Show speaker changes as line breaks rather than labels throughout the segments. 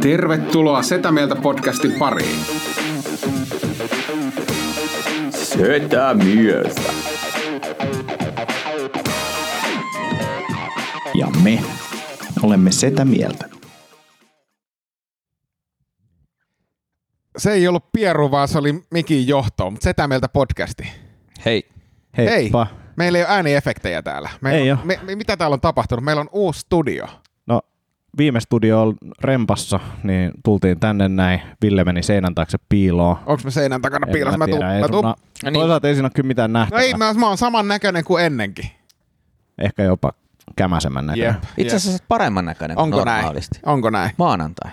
Tervetuloa Setä Mieltä podcastin pariin.
Sötä myöstä.
Ja me olemme sitä mieltä.
se ei ollut Pieru, vaan se oli Mikin johto, mutta sitä mieltä podcasti.
Hei,
Heippa.
Hei, meillä ei ole ääniefektejä täällä. Meillä
Ei
on,
oo.
me, me, mitä täällä on tapahtunut? Meillä on uusi studio.
No, viime studio on rempassa, niin tultiin tänne näin. Ville meni seinän taakse piiloon.
Onko me seinän takana piilossa? Mä, tuun,
ei
mä tuun.
no,
No niin.
Toisaalta ei siinä ole kyllä mitään
No
nähtävää.
ei, mä, mä oon saman näköinen kuin ennenkin.
Ehkä jopa kämäsemmän näköinen.
itse asiassa sä oot paremman näköinen kuin
Onko näin?
normaalisti.
Onko näin?
Maanantai.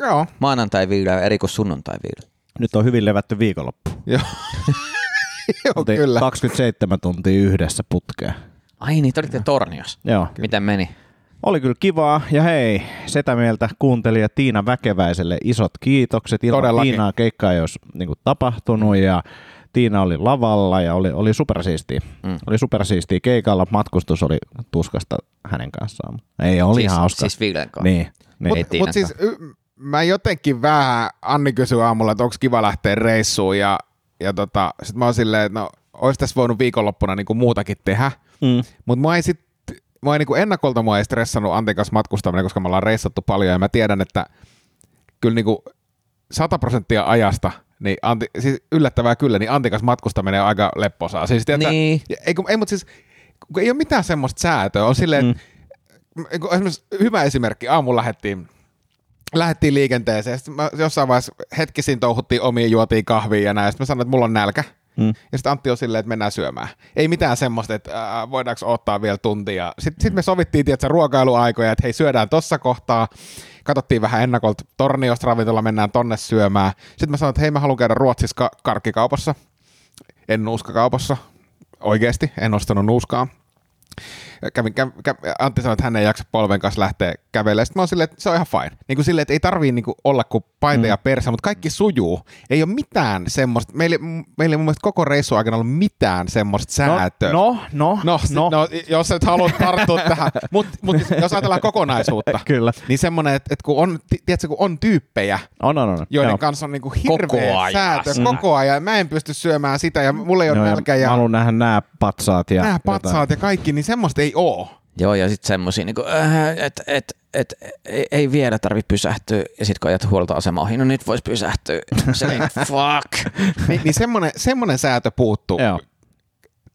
Joo.
Maanantai viila eri kuin sunnuntai viila.
Nyt on hyvin levätty viikonloppu.
Joo. Joo,
Oltiin
kyllä.
27 tuntia yhdessä putkeen.
Ai niin, te olitte torniossa.
Joo.
Miten meni?
Oli kyllä kivaa. Ja hei, sitä mieltä kuuntelija Tiina Väkeväiselle isot kiitokset. Ilman
Todellakin.
Tiinaa keikkaa ei olisi niin kuin, tapahtunut ja Tiina oli lavalla ja oli, oli supersiistiä. Mm. Oli supersiistiä keikalla. Matkustus oli tuskasta hänen kanssaan. Ei, oli
siis,
ihan hauska.
Siis viilen kanssa.
niin, niin.
Ei
Mutta
Tiinan
mut siis y, mä jotenkin vähän, Anni kysyi aamulla, että onko kiva lähteä reissuun ja, ja tota, sit mä oon silleen, että no, ois tässä voinut viikonloppuna niinku muutakin tehdä.
Mm.
Mutta mä ei sit, mä ei niinku ennakolta mua ei stressannut Antin kanssa matkustaminen, koska me ollaan reissattu paljon ja mä tiedän, että kyllä niinku 100 prosenttia ajasta, niin Antti, siis yllättävää kyllä, niin Antin kanssa matkustaminen on aika lepposaa. Siis, tiedätkö,
Niin.
ei, kun, ei, mutta siis kun ei ole mitään semmoista säätöä. On silleen, mm. kun esimerkiksi hyvä esimerkki, aamulla lähdettiin lähdettiin liikenteeseen. Sitten mä jossain vaiheessa hetkisin touhuttiin omiin, juotiin kahvia ja näin. Sitten mä sanoin, että mulla on nälkä. Mm. Ja sitten Antti on silleen, että mennään syömään. Ei mitään semmoista, että äh, voidaanko ottaa vielä tuntia. Sitten sit me sovittiin, tiedätkö, ruokailuaikoja, että hei syödään tossa kohtaa. Katsottiin vähän ennakolta torniosta ravintola, mennään tonne syömään. Sitten mä sanoin, että hei mä haluan käydä Ruotsissa ka- karkkikaupassa. En nuuskakaupassa. Oikeasti, en ostanut nuuskaa kävin, kä, kä, Antti sanoi, että hän ei jaksa polven kanssa lähteä kävelemään. Sitten mä oon silleen, että se on ihan fine. Niin kuin silleen, että ei tarvii niin kuin olla kuin paita mm. ja persä, mutta kaikki sujuu. Ei ole mitään semmoista. Meillä, meillä ei mun mielestä koko reissu aikana ollut mitään semmoista säätöä.
no, no,
No, no. no, jos et halua tarttua tähän, mutta mut jos ajatellaan kokonaisuutta,
Eh, Kyllä.
niin semmoinen, että et kun, on, ti- tiedätkö, kun on tyyppejä,
On, on, on.
joiden
Joo.
Joo. kanssa on niinku hirveä
Koko ajan.
säätö
Mm.
koko ajan, mä en pysty syömään sitä ja mulla ei ole
Joo, ja
nälkä
Mä
ja
haluan nähdä nämä patsaat. Ja
nämä
jotain.
patsaat ja kaikki, niin semmoista ei oo.
Joo, ja sitten semmosia, niinku, äh, että et, et, ei, ei vielä tarvi pysähtyä, ja sitten kun ajat huoltoasema ohi, no nyt voisi pysähtyä. Se fuck.
niin, niin semmoinen, semmoinen säätö puuttuu
Joo.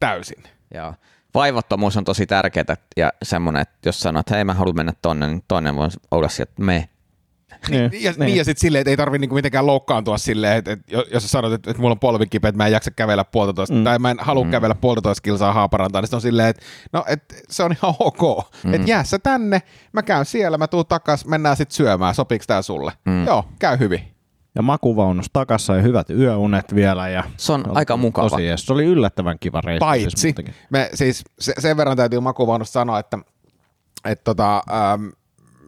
täysin.
Joo. Vaivattomuus on tosi tärkeää ja semmoinen, että jos sanoo, että hei mä haluan mennä tonne, niin toinen voi olla sieltä, että me.
Niin,
Ja, niin. niin ja sitten silleen, että ei tarvitse niinku mitenkään loukkaantua silleen, että, että jo- jos sä sanot, että, että mulla on polvi kipeä, että mä en jaksa kävellä puolitoista, mm. tai mä en halua mm. kävellä puolitoista kilsaa haaparantaa, niin sit on silleen, että no, että se on ihan ok. Mm. Että jää sä tänne, mä käyn siellä, mä tuun takas, mennään sitten syömään, sopiiko tää sulle? Mm. Joo, käy hyvin.
ja makuvaunus takassa ja hyvät yöunet vielä. Ja
Se on aika mukava.
Tosi, jees. se oli yllättävän kiva reissu. siis
Paitsi,
muutenkin.
me, siis se, sen verran täytyy makuvaunusta sanoa, että et tota, ähm,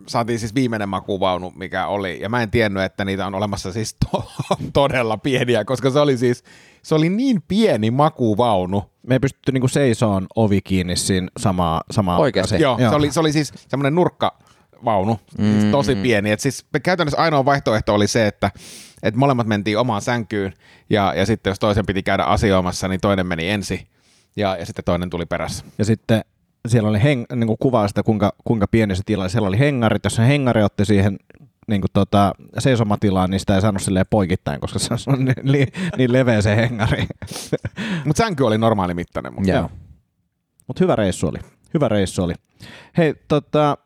saatiin siis viimeinen makuvaunu, mikä oli, ja mä en tiennyt, että niitä on olemassa siis to- todella pieniä, koska se oli siis, se oli niin pieni makuvaunu.
me ei pystytty niinku seisoon ovi kiinni siinä samaa, samaa
Oikeasti?
aikaan.
Joo, Se, oli, se oli siis semmoinen nurkkavaunu, siis tosi pieni. Et siis käytännössä ainoa vaihtoehto oli se, että et molemmat mentiin omaan sänkyyn, ja, ja sitten jos toisen piti käydä asioimassa, niin toinen meni ensin, ja, ja sitten toinen tuli perässä.
Ja sitten siellä oli heng, niinku kuvaa sitä, kuinka, kuinka pieni se tila. Siellä oli hengarit. Jos se hengari otti siihen niinku tota, seisomatilaan, niin sitä ei saanut silleen poikittain, koska se on niin, niin, niin leveä se hengari.
Mutta sänky oli normaali mittainen. Mutta.
Joo.
Mutta hyvä reissu oli. Hyvä reissu oli. Hei, tota,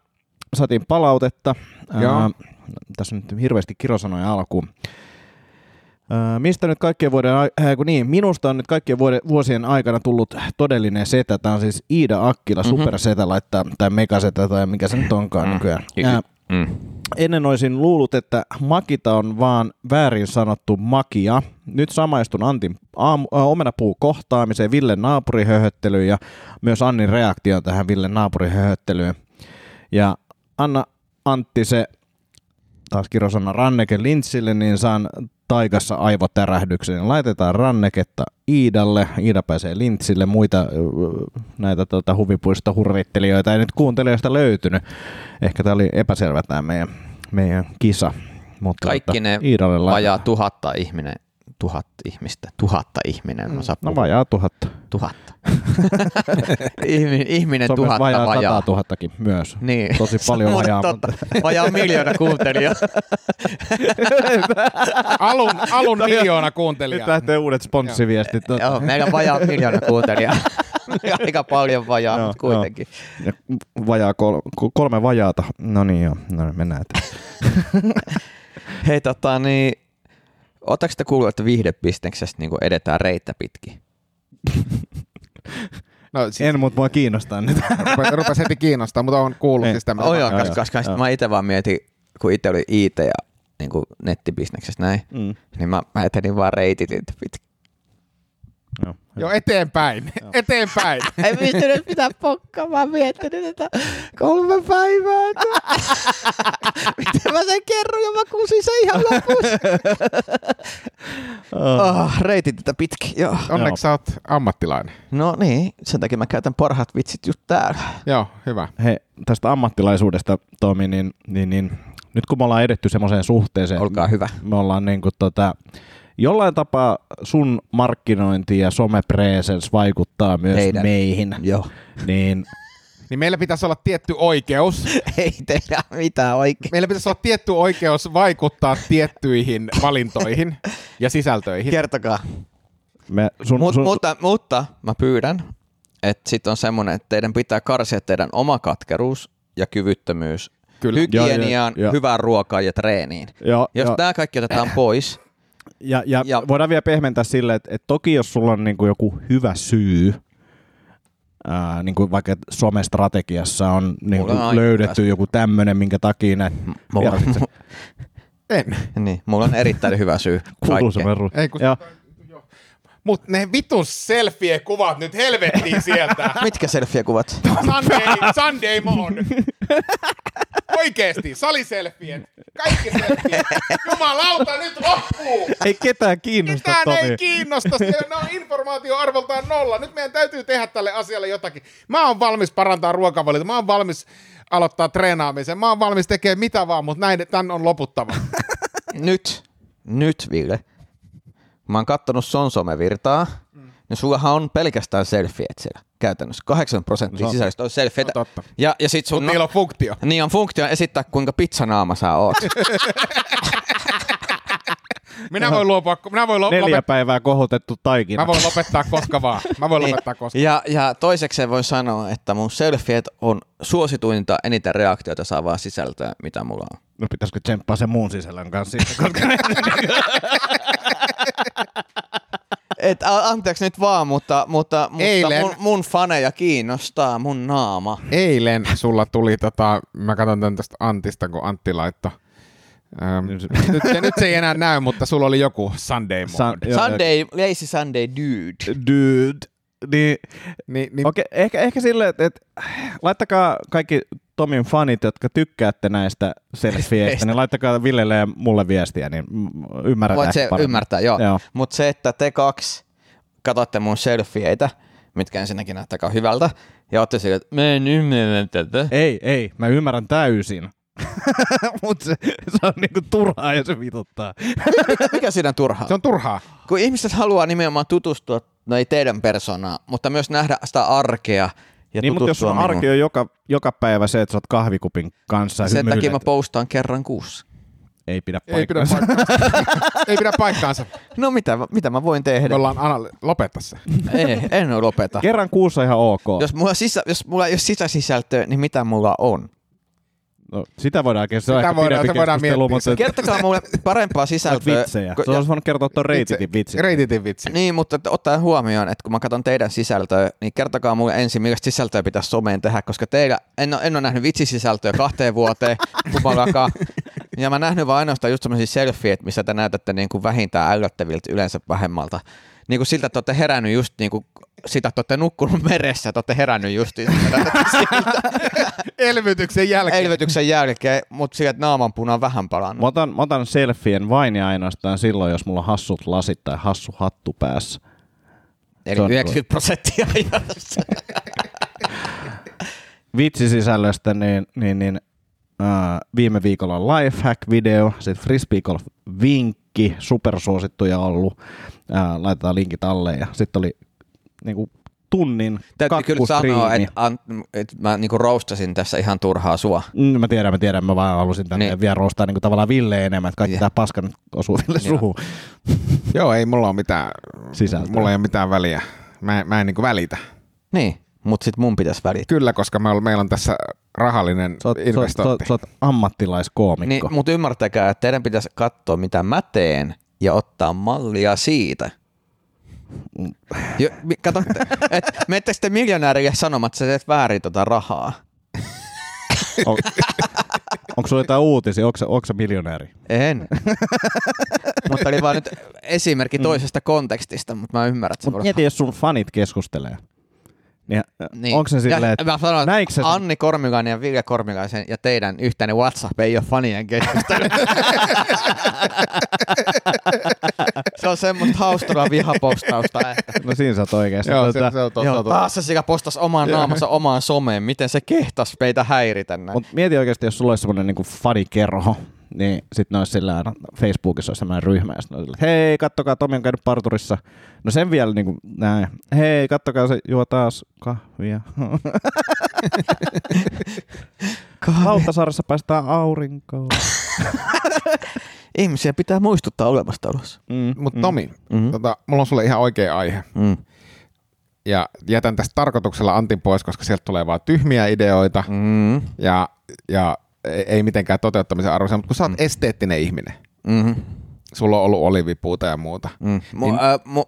saatiin palautetta.
Joo.
Ää, tässä on nyt hirveästi kirosanoja alkuun. Ää, mistä nyt kaikkien vuoden, ai- ää, kun niin, minusta on nyt kaikkien vuoden, vuosien aikana tullut todellinen setä. Tämä on siis Iida Akkila, mm-hmm. supersetä laittaa, tai megasetä, tai mikä se nyt onkaan mm. nykyään. Ää,
Mm.
Ennen olisin luullut, että makita on vaan väärin sanottu makia. Nyt samaistun Antin aamu, äh, omenapuu kohtaamiseen, Ville naapurihöhöttelyyn ja myös Annin reaktioon tähän Ville naapurihöhöttelyyn. Ja anna Antti se taas kirosana ranneke lintsille, niin saan taikassa aivotärähdyksen. Laitetaan ranneketta Iidalle, Iida pääsee lintsille, muita ö, näitä tuota, huvipuista hurrittelijoita ei nyt kuuntelijoista löytynyt. Ehkä tämä oli epäselvä tämä meidän meidän kisa. Mutta tuota,
Kaikki ne
Iidalle laitetaan.
vajaa tuhatta ihminen, tuhat ihmistä, tuhatta ihminen, mä
No vajaa tuhatta.
tuhatta. ihminen, ihminen
Se on
tuhatta
vajaa,
vajaa.
sataa tuhattakin myös.
Niin.
Tosi
Se on
paljon
muuten
vajaa.
totta. Vajaa miljoona kuuntelijaa.
Alun, alun miljoona kuuntelijaa.
Nyt lähtee uudet sponssiviestit.
Joo, meillä on vajaa miljoona kuuntelijaa. Aika paljon vajaa,
Joo,
mutta kuitenkin.
Ja vajaa kol- ku- kolme vajaata. No niin joo, no niin, mennään eteenpäin.
Hei, tota niin, ootteko te kuullut, että viihdebisneksestä niin edetään reittä pitkin?
No, siis
En, mutta mua kiinnostaa nyt.
rupes, rupes heti kiinnostaa, mutta on kuullut
Ei.
siis tämmöistä.
Oi joo,
joo,
koska,
joo,
koska
joo.
sit mä itse vaan mietin, kun itse oli IT ja niin kuin nettibisneksessä näin,
Mm.
niin mä, mä etenin vaan reitit pitkin.
Joo.
Joo, eteenpäin, eteenpäin.
En pystynyt pitää pokkaa, mä oon miettinyt tätä kolme päivää. Miten mä sen kerron ja mä kusin sen ihan lopussa. oh, reitit tätä pitkin, joo.
Onneksi sä oot ammattilainen.
No niin, sen takia mä käytän parhaat vitsit just täällä.
Joo, hyvä.
Hei, tästä ammattilaisuudesta, Tomi, niin, niin, niin nyt kun me ollaan edetty semmoiseen suhteeseen,
Olkaa hyvä.
me ollaan niin kuin tota, jollain tapaa sun markkinointi ja somepresence vaikuttaa myös
Meidän.
Meidän. meihin.
Joo.
Niin,
Niin meillä pitäisi olla tietty oikeus.
Ei tehdä mitään oikein.
Meillä pitäisi olla tietty oikeus vaikuttaa tiettyihin valintoihin ja sisältöihin.
Kertokaa.
me, sun,
Mut,
sun,
mutta, mutta mä pyydän, että sitten on semmoinen, että teidän pitää karsia teidän oma katkeruus ja kyvyttömyys
Kyllä.
hygieniaan,
Joo, joo, joo.
hyvään ruokaan ja treeniin.
Joo,
Jos
joo.
tämä kaikki otetaan pois,
Ja, ja,
Ja-
ja voidaan vielä pehmentää sille, että, että toki jos sulla on niin kuin joku hyvä syy, ää, niin kuin vaikka somestrategiassa on niin
Mulla on
kuin
aina
löydetty joku tämmöinen, minkä takia näin.
mulla, on,
En.
niin, mulla on erittäin hyvä syy.
Kuuluu
kaikkeen.
semmoinen ru-
Ei, kun-
Joo.
Mut ne vitun selfie-kuvat nyt helvettiin sieltä.
Mitkä selfie-kuvat?
Sunday, Sunday Moon. Oikeesti, saliselfiet. Kaikki selfiet. Jumalauta, nyt loppuu.
Ei ketään kiinnosta,
Ketään
Tomi.
ei kiinnosta. siellä Ne on informaatioarvoltaan nolla. Nyt meidän täytyy tehdä tälle asialle jotakin. Mä oon valmis parantaa ruokavaliota. Mä oon valmis aloittaa treenaamisen. Mä oon valmis tekemään mitä vaan, mutta näin, tän on loputtava.
nyt, nyt Ville, mä oon kattonut Son somevirtaa, niin sullahan on pelkästään selfieet siellä käytännössä. 80 prosenttia
No.
sisällöstä on selfieitä.
No totta.
Ja, ja sit sun,
Mutta niillä on funktio.
niin on funktio esittää, kuinka pizzanaama sä oot.
Minä voin luopua, minä voin lo-
Neljä
lopettaa.
päivää kohotettu taikina.
Mä voin lopettaa koska vaan. Mä
Niin.
voin lopettaa koska.
ja, ja toisekseen voin sanoa, että mun selfieet on suosituinta eniten reaktioita saavaa sisältöä, mitä mulla on.
No pitäisikö tsemppaa sen muun sisällön kanssa sitten, koska
Et, a- anteeksi nyt vaan, mutta, mutta, mutta
Eilen-
mun, mun faneja kiinnostaa mun naama.
Eilen sulla tuli tota, mä katson tän tästä Antista, kun Antti laittoi. Ähm, nyt, se, nyt se ei enää näy, mutta sulla oli joku Sunday mode.
San- joo,
Sunday, lazy Sunday dude.
Dude. Niin,
Ni, ni,
Okei, ehkä, ehkä silleen, että, että laittakaa kaikki Tomin fanit, jotka tykkäätte näistä selfieistä, niin laittakaa Villelle ja mulle viestiä, niin mm, ymmärretään
Voit
ehkä
se
paremmin.
ymmärtää, joo. joo.
Joo.
Mutta se, että te kaksi katsotte mun selfieitä, mitkä ensinnäkin näyttäkää hyvältä, ja olette sille, että mä en ymmärrä tätä.
Ei, ei, mä ymmärrän täysin. Mutta se, se on niinku turhaa ja se vituttaa.
Mikä siinä on turhaa?
se on turhaa.
Kun ihmiset haluaa nimenomaan tutustua, no ei teidän persoonaan, mutta myös nähdä sitä arkea ja
niin, mutta jos
tutustua
sun
minuun.
arki on joka, joka päivä se, että sä oot kahvikupin kanssa
Sen takia mä
hymyilet,
postaan kerran kuussa.
ei pidä
Ei pidä
paikkaansa.
paikkaansa. ei pidä paikkaansa.
No mitä, mitä mä voin
Me
tehdä?
ollaan anal- lopeta se.
Ei, en lopeta.
Kerran kuussa ihan ok.
Jos mulla, sisä, jos mulla ei ole sisäsisältöä, niin mitä mulla on?
No, sitä voidaan keskustella.
Sitä
ehkä
voidaan-
pidempi
se voidaan
keskustelu,
miettiä.
mutta-
Kertokaa mulle parempaa sisältöä.
Vitsejä.
kun-
Se olisi voinut kertoa tuon reititin vitsin.
Reititin vitsi.
Niin, mutta että ottaen huomioon, että kun mä katson teidän sisältöä, niin kertokaa mulle ensin, millaista sisältöä pitäisi someen tehdä, koska teillä, en ole, en ole nähnyt vitsisisältöä kahteen vuoteen kumallakaan. Ja mä oon nähnyt vaan ainoastaan just semmoisia selfieet, missä te näytätte niin kuin vähintään ällöttäviltä yleensä vähemmältä. Niin kuin siltä, että olette herännyt just niin kuin sitä, että olette nukkunut meressä, että olette herännyt just siltä
Elvytyksen jälkeen.
elvytyksen jälkeen, mutta sillä, että naamanpuna on vähän palannut.
Mä otan, mä otan selfien vain ja ainoastaan silloin, jos mulla on hassut lasit tai hassu hattu päässä.
Eli
se on
90 prosenttia ajasta.
Vitsisisällöstä, niin, niin, niin ää, viime viikolla lifehack-video, sitten frisbeegolf-vinkki, supersuosittuja ollut, ää, laitetaan linkit alle ja sitten oli niinku tunnin
Täytyy kyllä sanoa,
kakkustriimi.
että, an, että mä niinku roustasin tässä ihan turhaa sua.
Mm, Mä tiedän, mä tiedän, mä vaan halusin tänne
Niin.
niin. vielä roostaa niin tavallaan Ville enemmän, että kaikki
Jep.
yeah. tämä paska nyt osuu Ville
Joo.
suuhun.
Joo, ei mulla ole mitään
Sisältöä.
Mulla ei ole mitään väliä. Mä, en- mä en niin välitä.
Niin, mutta sit mun pitäisi välittää.
Kyllä, koska me ol- meillä on tässä rahallinen
Sä oot, sä, oot, sä, oot,
investointi.
sä oot ammattilaiskoomikko.
Niin, mutta ymmärtäkää, että teidän pitäisi katsoa, mitä mä teen, ja ottaa mallia siitä. Jo, mi- kato, että menette sitten miljonäärille sanomaan, että sä teet väärin tota rahaa.
On, onko sulla jotain uutisia? Onko, onko sä miljonääri?
En. mutta oli vaan nyt esimerkki toisesta kontekstista, mutta mä ymmärrän, että se
Mut
voi
mieti, jos sun fanit keskustelee. Niin, niin. Onko se silleen,
ja,
että
mä sanon,
näikö
että
sä sen?
Anni Kormikainen ja Vilja Kormikaisen ja teidän yhteinen WhatsApp ei ole fanien keskustelu. se on semmoista haustelua vihapostausta. eh. Että.
No siinä sä oot oikeassa.
Joo, se, se on totta.
Joo,
totta.
taas se sika postasi omaan naamansa omaan someen. Miten se kehtas meitä häiritä näin?
Mut mieti oikeasti, jos sulla olisi semmoinen niinku fanikerho, niin sitten ne olisi sillä aina, Facebookissa olisi semmoinen ryhmä, ja sit ne olisi sillä, että hei, kattokaa, Tomi on käynyt parturissa. No sen vielä niinku näin, hei, kattokaa, se juo taas kahvia. Lauttasaaressa päästään aurinkoon.
Ihmisiä pitää muistuttaa olemastaolossa.
Mm.
Mutta Tomi, mm-hmm. tota, mulla on sulle ihan oikea aihe.
Mm.
Ja jätän tästä tarkoituksella Antin pois, koska sieltä tulee vaan tyhmiä ideoita
Mm.
ja, ja ei- ei mitenkään toteuttamisen arvoisia. Mutta kun sä oot esteettinen ihminen,
Mm.
sulla on ollut olivipuuta ja muuta.
Mm. Mu, niin. äh, mu,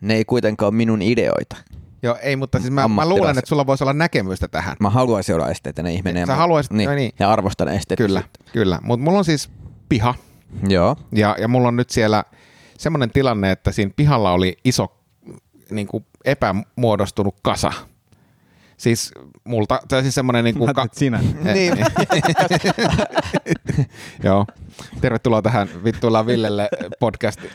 ne ei kuitenkaan ole minun ideoita.
Joo, ei, mutta siis mä, mä
Ammattilaisen.
luulen, että sulla voisi olla näkemystä tähän.
Mä haluaisin olla esteetinen ihminen.
Sä
ja mä-
haluaisit-
niin,
no niin.
Ja arvostan esteettä.
Kyllä, kyllä. Mutta mulla on siis piha.
Joo.
Ja, ja mulla on nyt siellä semmoinen tilanne, että siinä pihalla oli iso niin kuin epämuodostunut kasa. Siis multa, tai siis semmoinen... Niin kuin
Ka- sinä.
niin. Joo. Tervetuloa tähän Vittuillaan Villelle podcastiin.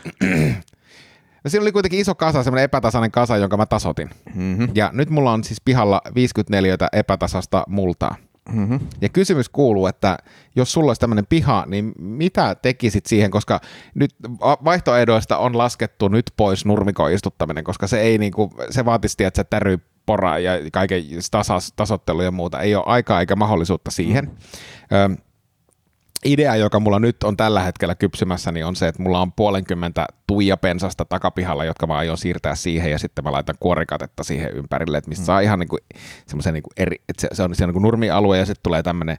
No siinä oli kuitenkin iso kasa, semmoinen epätasainen kasa, jonka mä tasotin.
Mm-hmm.
Ja nyt mulla on siis pihalla 54 epätasasta multaa.
Mm-hmm.
Ja kysymys kuuluu, että jos sulla olisi tämmöinen piha, niin mitä tekisit siihen, koska nyt va- vaihtoehdoista on laskettu nyt pois nurmikon istuttaminen, koska se ei niinku, se vaatisi, että sä täry poraa ja kaiken tasas, tasottelu ja muuta. Ei ole aikaa eikä mahdollisuutta siihen. Öm, idea, joka mulla nyt on tällä hetkellä kypsymässä, niin on se, että mulla on puolenkymmentä tuijapensasta takapihalla, jotka mä aion siirtää siihen ja sitten mä laitan kuorikatetta siihen ympärille, että mistä mm. saa ihan niinku semmoisen niinku eri, että se, se on siellä niinku nurmialue ja sitten tulee tämmöinen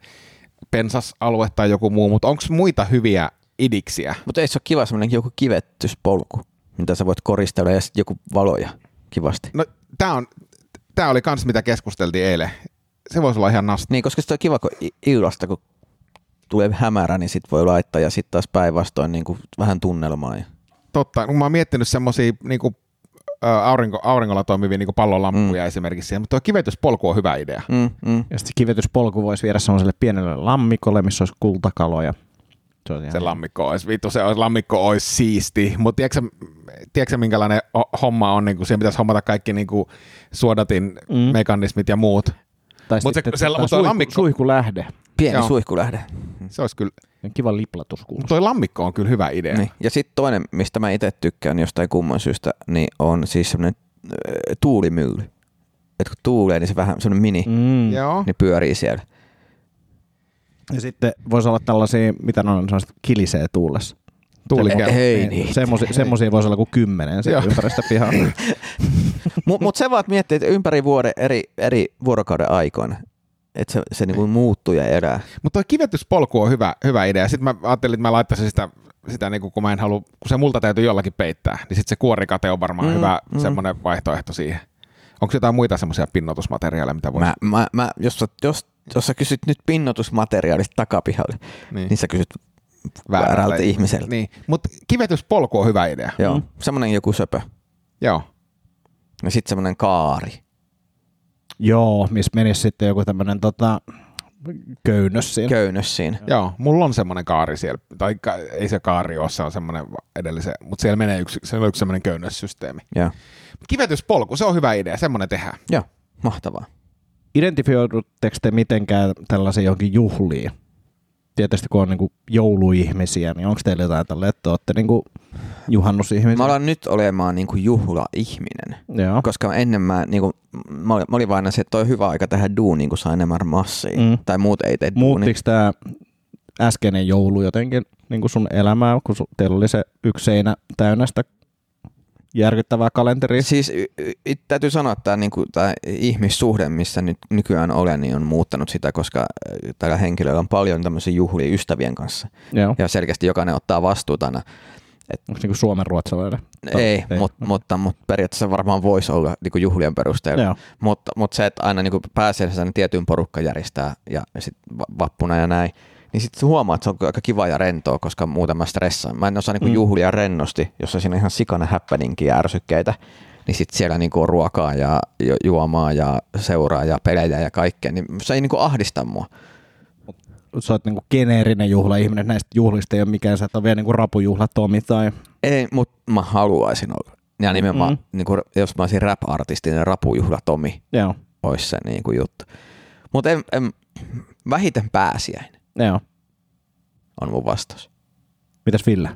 pensasalue tai joku muu, mutta onko muita hyviä idiksiä?
Mutta ei se ole kiva semmoinen joku kivettyspolku, mitä sä voit koristella ja sitten joku valoja kivasti.
No tää, on, tää oli kans mitä keskusteltiin eilen. Se voisi olla ihan nasta.
Niin, koska se on kiva, kun i- illasta, kun tulee hämärä, niin sit voi laittaa ja sitten taas päinvastoin niin kuin vähän tunnelmaa. Ja...
Totta, kun mä oon miettinyt semmosia niinku, ö, aurinko, auringolla toimivia niinku pallolamppuja mm. esimerkiksi, siihen, mutta tuo kivetyspolku on hyvä idea.
Mm, mm.
Ja sitten kivetyspolku voisi viedä semmoiselle pienelle lammikolle, missä olisi kultakaloja. Se olisi
Se
ihan...
lammikko olisi, vittu se olisi, lammikko olisi siisti, mutta tiedätkö, tiedätkö sä, minkälainen ho- homma on, niin kun siihen pitäisi hommata kaikki niin kuin suodatin mm. mekanismit ja muut.
Tai
Mut se-
sitten
se-
tai
mut se
suihku-
lammikko-
Suihkulähde. Niin
Pieni
Joo.
Joo. suihkulähde.
Se olisi kyllä,
Kiva liplatus kuulostaa.
toi lammikko on kyllä hyvä idea. Niin.
Niin. Ja sitten toinen, mistä mä itse tykkään jostain kumman syystä, niin on siis semmoinen tuulimylly. Et kun tuulee, niin se vähän semmoinen mini, mm.
Mm.
Joo.
niin pyörii siellä.
Ja sitten voisi olla tällaisia, mitä ne on, sellaiset kilisee tuulessa.
Tuulikerho.
Hei niin.
Semmoisia, semmoisia voisi olla kuin kymmenen se
Joo.
ympäristä pihaa.
Mutta mut se vaan että miettii, että ympäri vuoden eri, eri vuorokauden aikoina, että se, se niinku muuttuu ja elää.
Mutta toi kivetyspolku on hyvä, hyvä idea. Sitten mä ajattelin, että mä laittaisin sitä, sitä niin kuin, kun mä en halua, kun se multa täytyy jollakin peittää, niin sitten se kuorikate on varmaan
Mm,
mm, hyvä
mm.
mm. semmoinen vaihtoehto siihen. Onko jotain muita semmoisia pinnotusmateriaaleja, mitä voisi?
Mä, mä, mä, jos, sä, jos, jos sä kysyt nyt pinnotusmateriaalista takapihalle, niin, niin sä kysyt väärältä, väärältä ihmiseltä. Niin.
Niin. Mutta kivetyspolku on hyvä idea.
Joo, mm. semmonen joku söpö.
Joo.
Ja sitten semmonen kaari.
Joo, missä menisi sitten joku tämmöinen tota, köynnös siinä.
Köynös siinä.
Joo, mulla on semmoinen kaari siellä, tai ka- ei se kaari ole, se on semmoinen va- edellisen, mutta siellä menee yksi, siellä on yksi semmoinen köynnössysteemi.
Joo.
Kivetyspolku, se on hyvä idea, semmoinen tehdään.
Joo, mahtavaa.
Identifioidutteko te mitenkään tällaisen johonkin juhliin? Tietysti kun on niin jouluihmisiä, niin onko teillä jotain tällä, että olette niin juhannusihmisiä?
Mä alan nyt olemaan niin kuin juhlaihminen.
Joo.
Koska ennen mä, niin kuin, mä, olin, mä olin vain aina se, että toi on hyvä aika tehdä duuni, kun saa enemmän massia.
Mm.
Mm. Tai muut ei tee duuni.
Muuttiko tämä äskeinen joulu jotenkin niin kuin sun elämää, kun su- teillä oli se yksi seinä täynnä sitä järkyttävää kalenteria?
Siis y- y- täytyy sanoa, että tämä, niin kuin, tämä ihmissuhde, missä nyt nykyään olen, niin on muuttanut sitä, koska äh, tällä henkilöllä on paljon tämmöisiä juhlia ystävien kanssa.
Joo.
Ja selkeästi jokainen ottaa vastuuta aina.
Onko niin suomen ruotsalainen?
Ei, ei. Mut, mutta, mutta periaatteessa varmaan voisi olla niin kuin juhlien perusteella.
Joo.
Mutta, mutta se, että aina niin pääsee sen tietyn porukka järjestää ja sitten vappuna ja näin, niin sitten huomaa, että se on aika kiva ja rentoa, koska muuten mä stressaan. Mä en osaa niinku
Mm.
juhlia rennosti, jossa siinä on ihan sikana häppäninkiä ja ärsykkeitä, niin sitten siellä niinku on ruokaa ja ju- juomaa ja seuraa ja pelejä ja kaikkea, niin se ei niinku ahdista mua.
Sä oot niinku geneerinen juhlaihminen, että näistä juhlista ei ole mikään, sä et ole vielä niinku rapujuhla Tomi tai...
Ei, mutta mä haluaisin olla. Ja nimenomaan,
Mm.
mm. niinku, jos mä olisin rap-artisti, niin rapujuhla Tomi
Joo,
olisi se niinku juttu. Mutta en, en, vähiten pääsiäinen
joo.
on mun vastaus.
Mitäs Ville?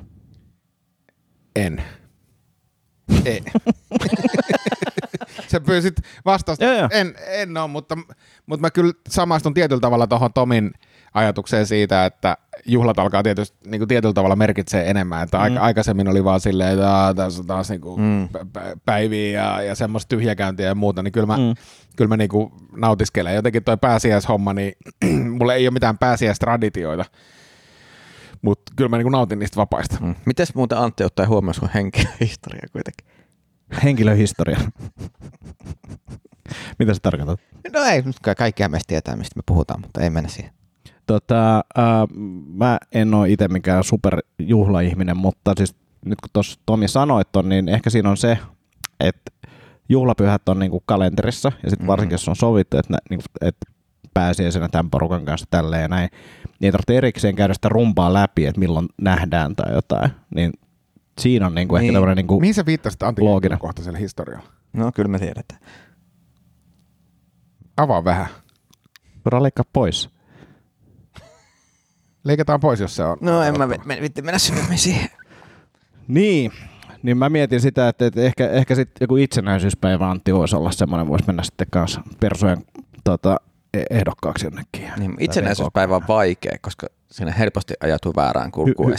En. Ei. Sä pyysit vastausta.
Joo, joo.
En, en ole, mutta, mutta mä kyllä samaistun tietyllä tavalla tuohon Tomin ajatukseen siitä, että juhlat alkaa tietysti niin kuin tietyllä tavalla merkitsee enemmän. Että mm. aikaisemmin oli vaan silleen, että aah, tässä on taas niin kuin mm.
Mm.
päiviä ja, ja semmoista tyhjäkäyntiä ja muuta, niin kyllä mä, mm. kyllä mä niin kuin nautiskelen. Jotenkin toi pääsiäishomma, niin mulla ei ole mitään pääsiäistraditioita, mutta kyllä mä niin kuin nautin niistä vapaista.
Mm. Mites muuten Antti ottaa huomioon sun henkilöhistoria kuitenkin?
Henkilöhistoria. Mitä sä tarkoitat?
No ei, nyt kai- kaikkihan meistä tietää, mistä me puhutaan, mutta ei mennä siihen.
Tota, äh, mä en ole itse mikään superjuhlaihminen, mutta siis nyt kun tuossa Tomi sanoi ton, niin ehkä siinä on se, että juhlapyhät on niinku kalenterissa ja sitten varsinkin jos on sovittu, että niinku, et pääsiäisenä tämän porukan kanssa tälleen ja näin, niin ei tarvitse erikseen käydä sitä rumpaa läpi, että milloin nähdään tai jotain. Niin siinä on niinku ehkä
Niin.
tämmöinen niinku,
Mihin sä viittasit Antti
Looginen.
kohtaisella historialla?
No kyllä me tiedetään.
Avaa vähän.
ralikka pois.
Leikataan pois, jos se on.
No en mä men, vitti mennä syvemmin siihen.
Niin, niin mä mietin sitä, että, että ehkä, ehkä sit joku itsenäisyyspäivä Antti voisi olla semmoinen, voisi mennä sitten kanssa persojen tota, e- ehdokkaaksi jonnekin.
Niin, itsenäisyyspäivä on vaikea, koska siinä helposti ajatuu väärään kulkuun.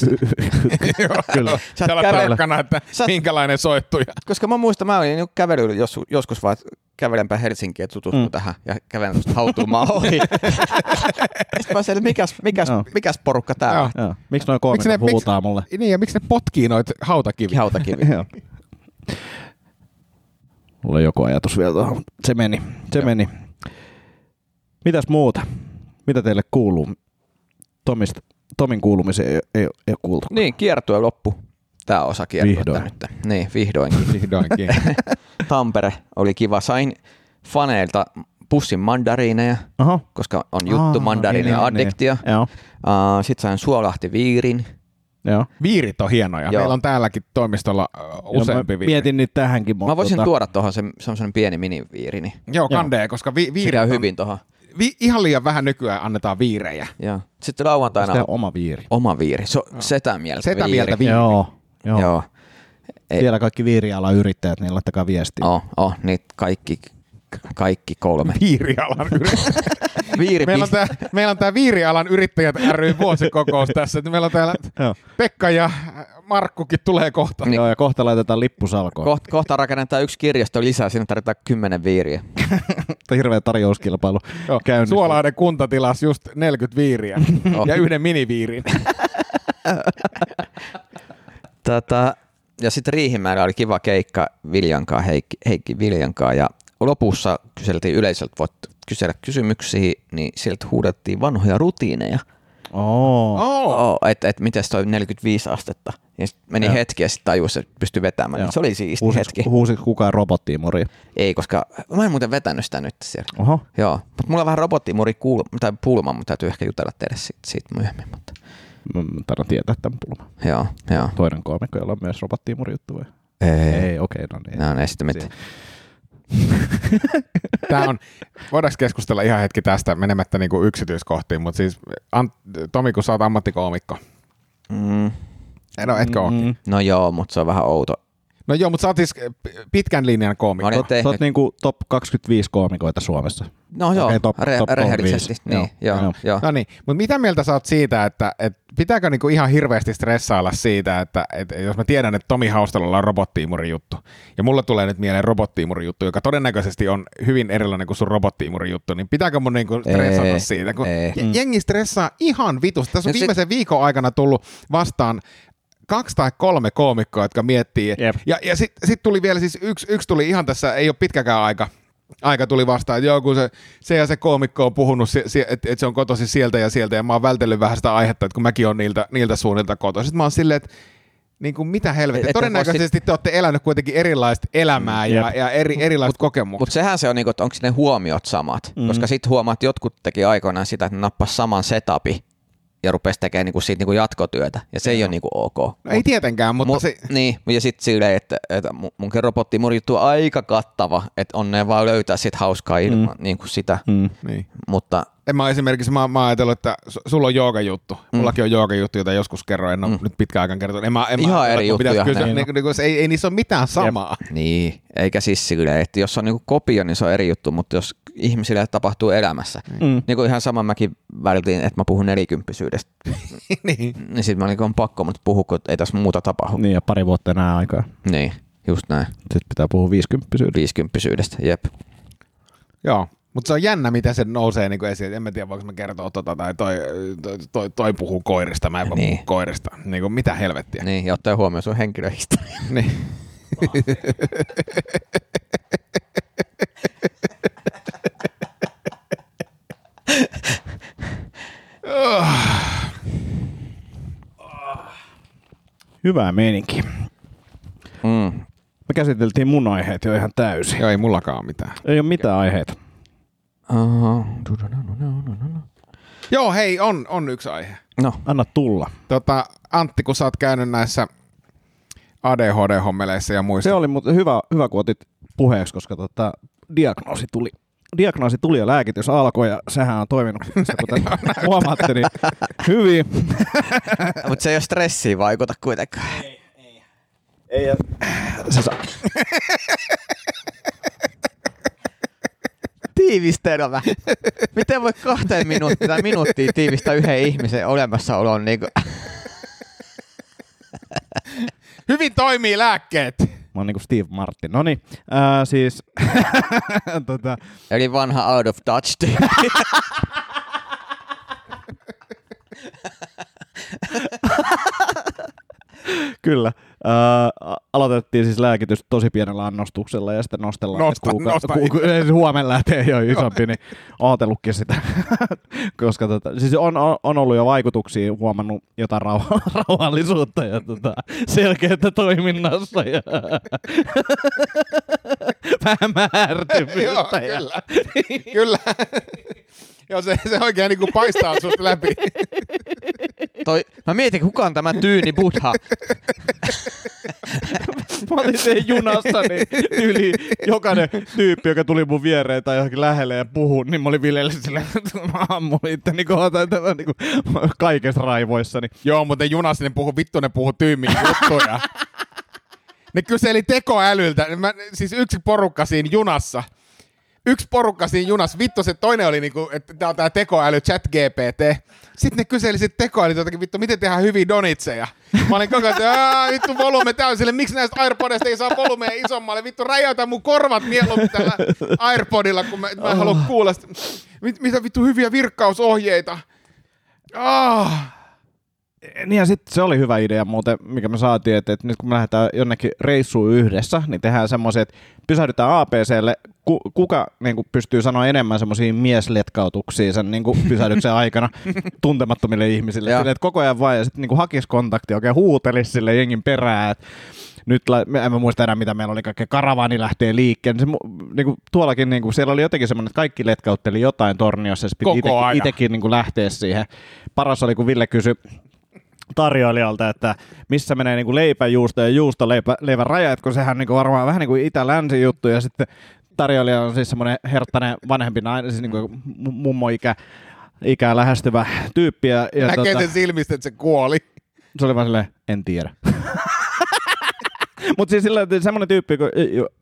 Kyllä.
Sä
Täällä
oot kävely,
tarkkana, että
Sä oot-
minkälainen soittuja.
koska mä muistan, mä olin niinku kävelyllä jos, joskus vaan, että kävelenpä Helsinkiin ja tutustun
Mm.
mm. tähän ja kävelen tuosta hautumaan ohi. Sitten mä siellä, mikäs, mikäs,
Joo.
mikäs porukka tää on?
Joo. Miksi noin kolme
Miksi ne- miksi-
huutaa mulle?
Niin, ja miksi ne potkii noit hautakiviä?
Hautakivi.
Joo. Mulla on joku ajatus vielä tuohon, mutta se meni. Se meni. Mitäs muuta? Mitä teille kuuluu? Tomista, Tomin kuulumisia ei, ei, ei ole kuultu.
Niin, kiertue loppu. Tää osa kiertuetta
Vihdoin.
nyt. Niin, vihdoinkin.
Vihdoinkin.
Tampere oli kiva. Sain faneilta pussin mandariineja,
Aha.
koska on juttu
Ah,
mandariini
niin,
ja
niin,
addiktio.
Niin. Joo,
Uh, Sitten sain suolahti viirin.
joo.
Viirit on hienoja.
Joo.
Meillä on täälläkin toimistolla äh, useampi
Joo, mä
viiri.
Mietin nyt tähänkin. tota-
Mä voisin
tota-
tuoda tuohon se, semmoisen pieni miniviiri, niin
Joo, kandee, koska vi-
se
viirit
käy
on,
hyvin tuohon.
Vi- ihan liian vähän nykyään annetaan viirejä.
Joo. Sitten
Aina.
lauantaina
Tehdä oma viiri.
oma viiri. Se on setä mieltä
Setä
viiri.
mieltä viiri.
Joo. Joo. Joo.
Joo. Ei-
Siellä kaikki viirialan yrittäjät, niin laittakaa viestiä.
Oh, oh, niitä kaikki, kaikki kolme.
Viirialan yrittäjät.
Viiri
Meillä on, tää, meillä on tää Viirialan yrittäjät ry vuosikokous tässä. että Meillä on täällä
Joo.
Pekka ja Markkukin tulee kohta.
Joo, ja kohta laitetaan lippusalkoon.
Kohta, kohta rakennetaan yksi kirjasto lisää, siinä tarvitaan kymmenen viiriä.
Kohta hirveä tarjouskilpailu
Joo,
käynnissä.
Suolainen kunta tilasi just 40 viiriä
Oh.
ja yhden miniviirin.
Tätä, Tota, ja sitten Riihimäellä oli kiva keikka Viljankaa, Heikki, Heikki Viljankaa, ja lopussa kyseltiin yleisöltä, voit kysellä kysymyksiä, niin sieltä huudettiin vanhoja rutiineja.
Oo.
Oh.
Oh, että et, miten toi 45 astetta. Ja sit meni
Joo.
hetki ja sitten tajusi, että pystyi vetämään.
Joo.
Niin se oli siisti
Huusiko-
hetki.
Huusiko kukaan robottiimuri?
Ei, koska mä en muuten vetänyt sitä nyt siellä.
Oho.
Joo, mutta mulla on vähän robottimuri kuul- tai pulma, mutta täytyy ehkä jutella teille siitä, siitä myöhemmin. Mutta.
Mä mä taidan tietää tämän pulman.
Joo, joo.
Toinen koomikko, jolla on myös robottiimuri juttu vai?
Ei, niin.
Ei, okei, no niin.
No, ei sitten mitään.
Tämä on, voidaanko keskustella ihan hetki tästä menemättä niinku yksityiskohtiin, mutta siis Ant, Tomi, kun sä oot ammattikoomikko.
Mm.
Eh, No, etkö mm-hmm.
Mm.
ole?
No joo, mutta se on vähän outo.
No joo, mutta sä oot siis pitkän linjan
Mä
koomikko.
olin
Sä oot
tehnyt.
niinku top 25 koomikoita Suomessa.
No joo,
Okei,
okay,
top-
top, re-
top- top
rehellisesti.
viisi.
Niin,
Joo,
joo,
joo.
joo. joo.
No niin, mutta mitä mieltä sä oot siitä, että, että pitääkö niinku ihan hirveästi stressailla siitä, että, että jos mä tiedän, että Tomi Haustalolla on robottiimuri juttu, ja mulla tulee nyt mieleen robottiimuri juttu, joka todennäköisesti on hyvin erilainen kuin sun robottiimuri juttu, niin pitääkö mun niinku stressata
Ei,
siitä? Kun
ei.
j- jengi stressaa ihan vitusta. Tässä on
No se-
viimeisen viikon aikana tullut vastaan kaksi tai kolme koomikkoa, jotka miettii.
Jep.
Ja, ja sitten sit tuli vielä siis yksi, yksi tuli ihan tässä, ei ole pitkäkään aika, aika tuli vastaan, että joku se, se ja se koomikko on puhunut, si, si, että et se on kotosi sieltä ja sieltä, ja mä oon vältellyt vähän sitä aihetta, että kun mäkin on niiltä, niiltä suunnilta kotoisin. Sitten mä oon silleen, että niin kuin mitä helvettiä.
Et- et
Todennäköisesti te olette elänyt kuitenkin erilaista elämää ja,
Jep.
ja eri, erilaiset kokemukset.
Mutta sehän se on, niinku, että onko ne huomiot samat, mm. koska sitten huomaat, että jotkut teki aikoinaan sitä, että ne nappas saman setupi ja rupesi tekemään niinku siitä niinku jatkotyötä, ja se ei ole niinku ok.
No, ei tietenkään, mutta
Mut,
se,
Niin, ja sitten silleen, että, että mu- munkin robotti juttu on aika kattava, että onnea vaan löytää sit hauskaa ilman mm. niin kuin sitä, mm.
niin.
mutta
En mä esimerkiksi, mä, mä oon ajatellut, että su- sulla on joogajuttu. Mm. Mullakin on joogajuttu, jota joskus kerroin, en ole mm. nyt pitkään aikaan kertonut. En mä, en
Ihan
mä, ajatella,
eri
kun pitäisi
juttuja
Kysyä,
ne.
niin, niin, niin, ei, ei niissä ole mitään samaa.
niin, eikä siis silleen, että jos on niinku kopio, niin se on eri juttu, mutta jos ihmisille tapahtuu elämässä, mm. niin kuin ihan sama mäkin vältin, että mä puhun nelikymppisyydestä,
niin.
niin sitten mä niinku on pakko, mutta puhu, kun ei tässä muuta tapahdu.
Niin ja pari vuotta enää aikaa.
Niin, just näin,
Sitten pitää puhua viisikymppisyydestä.
viisikymppisyydestä, jep.
Joo, mutta se on jännä, mitä se nousee niin esiin. En mä tiedä, voiko mä kertoa tota tai toi, toi, toi, toi puhuu koirista, mä en voi
Niin.
puhua koirista. Niin kuin, mitä helvettiä.
Niin, ja ottaa huomioon sun henkilöhistoria.
Niin.
Hyvää meininki.
Mm.
Me käsiteltiin mun aiheet jo ihan täysin.
Joo, ei mullakaan ole mitään.
Ei ole mitään aiheita.
Uh,
Joo, hei, on, on yksi aihe.
no,
Anna tulla.
Tota, Antti, kun sä oot käynyt näissä ADHD-hommeleissä ja muissa.
Se oli mutta hyvä, hyvä kun otit puheeksi, koska tota, diagnoosi tuli. Diagnoosi tuli ja lääkitys alkoi ja sehän on toiminut, se, kuten huomaatte, niin hyvin.
mutta se ei ole stressiin vaikuta kuitenkaan.
Sä sa-
tiivistelmä. Miten voi kahteen minuuttiin tai minuuttiin tiivistää yhden ihmisen olemassaolon? Niin kuin,
Hyvin toimii lääkkeet.
Mä oon niinku Steve Martin. No niin, siis tota,
eli vanha out of touch.
kyllä. Ää, a- aloitettiin siis lääkitys tosi pienellä annostuksella ja sitten nostellaan.
Nosta-
että kuuka-
nosta
kuuka- ei, siis huomenna lähtee jo isompi, niin ajatellutkin sitä. koska tota, siis on, on, on, ollut jo vaikutuksia, huomannut jotain rauha, rauhallisuutta ja tota, selkeyttä toiminnassa. Ja vähän
Joo,
määrtymyyttä. ja-
kyllä. kyllä. Joo, se, se oikein niin kuin paistaa susta läpi.
Toi, mä mietin, kuka on tämä tyyni buddha.
Mä olin sen junassa, niin yli jokainen tyyppi, joka tuli mun viereen tai johonkin lähelle ja puhui, niin mä olin viljellä silleen, että mä ammun niin itteni kohtaan, että mä oon niinku kaikessa niin raivoissani.
Joo, mutta ne junas ne puhuu, vittu ne puhuu tyymiä juttuja. Ne kyseli tekoälyltä. Mä, siis yksi porukka siinä junassa. Yksi porukka siinä junassa. Vittu se toinen oli niinku, että tää on tää tekoäly, chat GPT. Sitten ne kyseli sit tekoälyltä jotakin, vittu miten tehdään hyviä donitseja. Mä olin koko ajan, että "Ää, vittu volume täysille, miksi näistä Airpodeista ei saa volumea isommalle, vittu räjäytä mun korvat mieluummin tällä Airpodilla, kun mä, mä en halua kuulla sitä. Mit, mitä vittu hyviä virkkausohjeita. Ah.
Niin ja sitten se oli hyvä idea muuten, mikä me saatiin, että, että nyt kun me lähdetään jonnekin reissuun yhdessä, niin tehdään semmoisia, että pysähdytään APClle, ku, kuka niin kuin pystyy sanoa enemmän semmoisia miesletkautuksia sen niin kuin pysähdyksen aikana tuntemattomille ihmisille.
Joo.
Silleen, että koko ajan vaan ja sitten niin hakisi kontaktia, oikein huutelisi sille jengin perään, että nyt la- mä- en mä muista enää mitä meillä oli, kaikkea karavaani lähtee liikkeelle. Se, mu- niin kuin, tuollakin niin kuin, siellä oli jotenkin semmoinen, että kaikki letkautteli jotain torniossa ja se
Koko
piti
ajan.
itsekin niin kuin lähteä siihen. Paras oli, kun Ville kysyi tarjoilijalta, että missä menee niinku niin kuin leipäjuusto ja juustoleivän raja, että kun sehän on niin kuin varmaan vähän niin kuin itä-länsi niinku juttu ja sitten tarjoilija on siis semmoinen herttainen vanhempi nainen, siis niin kuin mummo ikä, ikää lähestyvä tyyppi. Ja, ja
Näkee
tota,
sen silmistä, että se kuoli.
se oli vaan silleen, en tiedä. Mutta siis sillä, semmoinen tyyppi, kun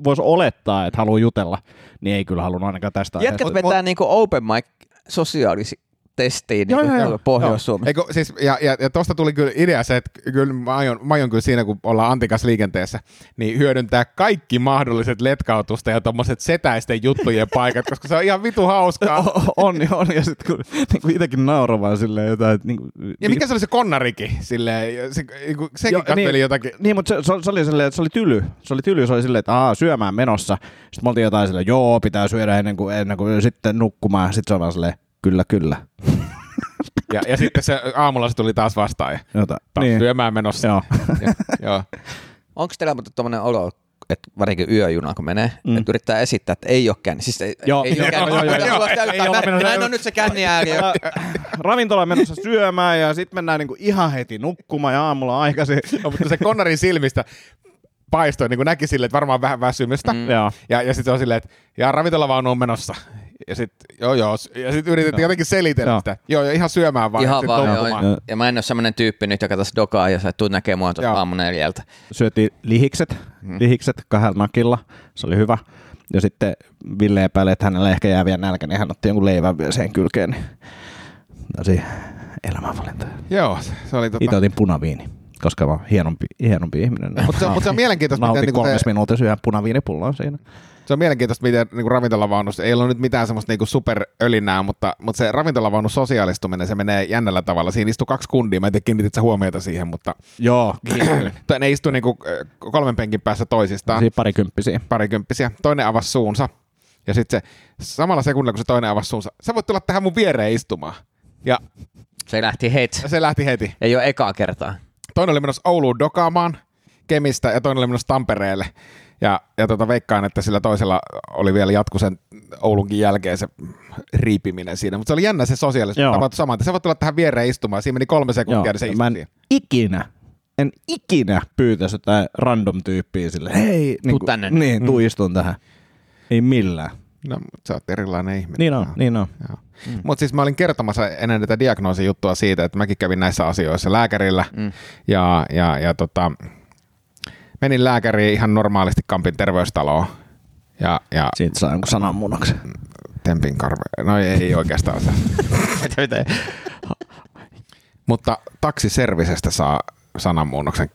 voisi olettaa, että haluaa jutella, niin ei kyllä halunnut ainakaan tästä aiheesta.
Jätkät vetää niinku open mic sosiaalisi testiin
Joo,
niin
joo, joo.
kuin Pohjois-Suomessa.
Eikö, siis, ja, ja, ja tuosta tuli kyllä idea se, että kyllä mä aion, mä aion kyllä siinä, kun ollaan antikas liikenteessä, niin hyödyntää kaikki mahdolliset letkautusta ja tuommoiset setäisten juttujen paikat, koska se on ihan vitu hauskaa.
O- on, on, ja sitten kun niin kuin itsekin nauroi vaan silleen jotain, että niin kuin,
Ja mikä se oli se konnariki? Silleen, ja se, niinku, sekin
Joo,
jo, katseli niin. jotakin.
Niin, mutta se, se, oli- se, oli silleen, että se oli tyly. Se oli tyly, se oli silleen, että aah, syömään menossa. Sitten me oltiin jotain silleen, joo, pitää syödä ennen kuin, ennen kuin sitten nukkumaan. Sitten se on vaan silleen, kyllä, kyllä.
Ja, ja sitten se aamulla se tuli taas vastaan ja
Jota,
taas niin. syömään menossa.
Joo.
Ja, joo.
Onko teillä muuten tuommoinen olo, että varsinkin yöjuna kun menee,
Mm.
mm. että yrittää esittää, että ei ole känni. Siis ei,
Joo,
ei
joo,
ole känni.
joo, joo, joo. Ei olla menossa-
Näin on nyt se känni ääni.
äh, Ravintola menossa syömään ja sitten mennään niinku ihan heti nukkumaan ja aamulla aikaisin.
No, mutta se konnarin silmistä paistoi, niin kuin näki sille, että varmaan vähän väsymystä. Mm.
Joo.
Ja, ja sitten se on silleen, että ja ravintolavaunu on menossa. Ja sitten joo joo, ja sitten yritettiin jotenkin selitellä
Joo.
joo. sitä. Joo, joo, ihan syömään vaan.
Ihan
sit
vaan,
nukkumaan.
joo. Ja mä en ole semmoinen tyyppi nyt, joka tässä dokaa ja sä tuut näkee mua tuossa
Joo.
aamu neljältä.
Syötiin lihikset,
Mm.
lihikset kahdella nakilla. Se oli hyvä. Ja sitten Ville epäili, että hänellä ehkä jää vielä nälkä, niin hän otti jonkun leivän vielä siihen kylkeen. Niin... Tosi elämänvalintoja.
Joo, se- se oli
Itse
tota.
otin punaviini, koska mä oon hienompi, hienompi ihminen.
Mutta se, mut se on mielenkiintoista, miten,
Nautin
niinku
kolmes
se,
minuutissa yhden punaviinipulloa siinä.
se on mielenkiintoista, miten niinku ravintolavaunussa, ei ole nyt mitään semmoista niinku superölinää, mutta, mutta se ravintolavaunun sosiaalistuminen, se menee jännällä tavalla. Siinä istuu kaksi kundia, mä en tiedä kiinnitit sä huomiota siihen, mutta
Joo,
tai ne istuu niinku äh, kolmen penkin päässä toisistaan.
Siinä parikymppisiä.
parikymppisiä, toinen avasi suunsa. Ja sitten se samalla sekunnilla, kun se toinen avasi suunsa, sä voit tulla tähän mun viereen istumaan. Ja
Se lähti heti.
se lähti heti.
Ei ole ekaa kertaa.
Toinen oli menossa Ouluun dokaamaan Kemistä ja toinen oli menossa Tampereelle. Ja, ja tota, veikkaan, että sillä toisella oli vielä jatku sen Oulunkin jälkeen se riipiminen siinä. Mutta se oli jännä se
Joo.
sosiaalisuus tapahtui samaan. että Sä voit tulla tähän viereen istumaan. Siinä meni kolme sekuntia, niin se
mä
istui
en ikinä, en ikinä pyytäisi jotain random tyyppiä sille. Hei, niin
tänne.
Niin,
Mm.
tuu istun tähän. Ei millään.
No, mutta sä oot erilainen ihminen.
Niin on,
Joo.
niin on.
Mm. Mutta siis mä olin kertomassa ennen tätä diagnoosijuttua siitä, että mäkin kävin näissä asioissa lääkärillä mm. ja, ja, ja tota, menin lääkäriin ihan normaalisti Kampin terveystaloon ja, ja
Siitä saa jonkun sananmunaksi.
Mm. Tempin karve. No ei, ei oikeastaan se. Mutta taksiservisestä saa sananmuunnoksen.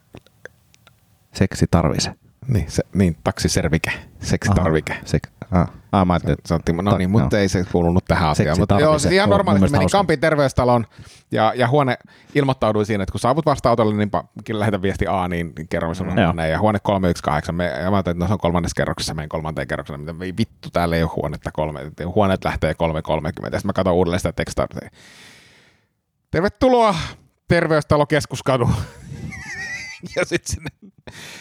Seksi tarvise.
Niin, se, niin taksiservike, seksitarvike.
Sek... Ah. ah, mä ajattelin, että
Se on Timo, no niin, mutta ei se kuulunut tähän asiaan.
Seksi
Mutta
tarvitsee.
joo, siis ihan
Joo, mun
normaalisti
mielestä
menin
hauska.
Kampin terveystaloon ja, ja huone ilmoittaudui siinä, että kun saavut vasta autolle, niin pa- kyllä lähetä viesti A, niin kerro sun
Joo.
mm. Ja huone 318, me, ja mä ajattelin, että no, se on kolmannessa kerroksessa, meidän kolmanteen kerrokseen, mitä ei vittu, täällä ei ole huonetta kolme, että huoneet lähtee 3.30. Sitten mä katson uudelleen sitä tekstaa. Tervetuloa terveystalo keskuskadu. ja sitten sinne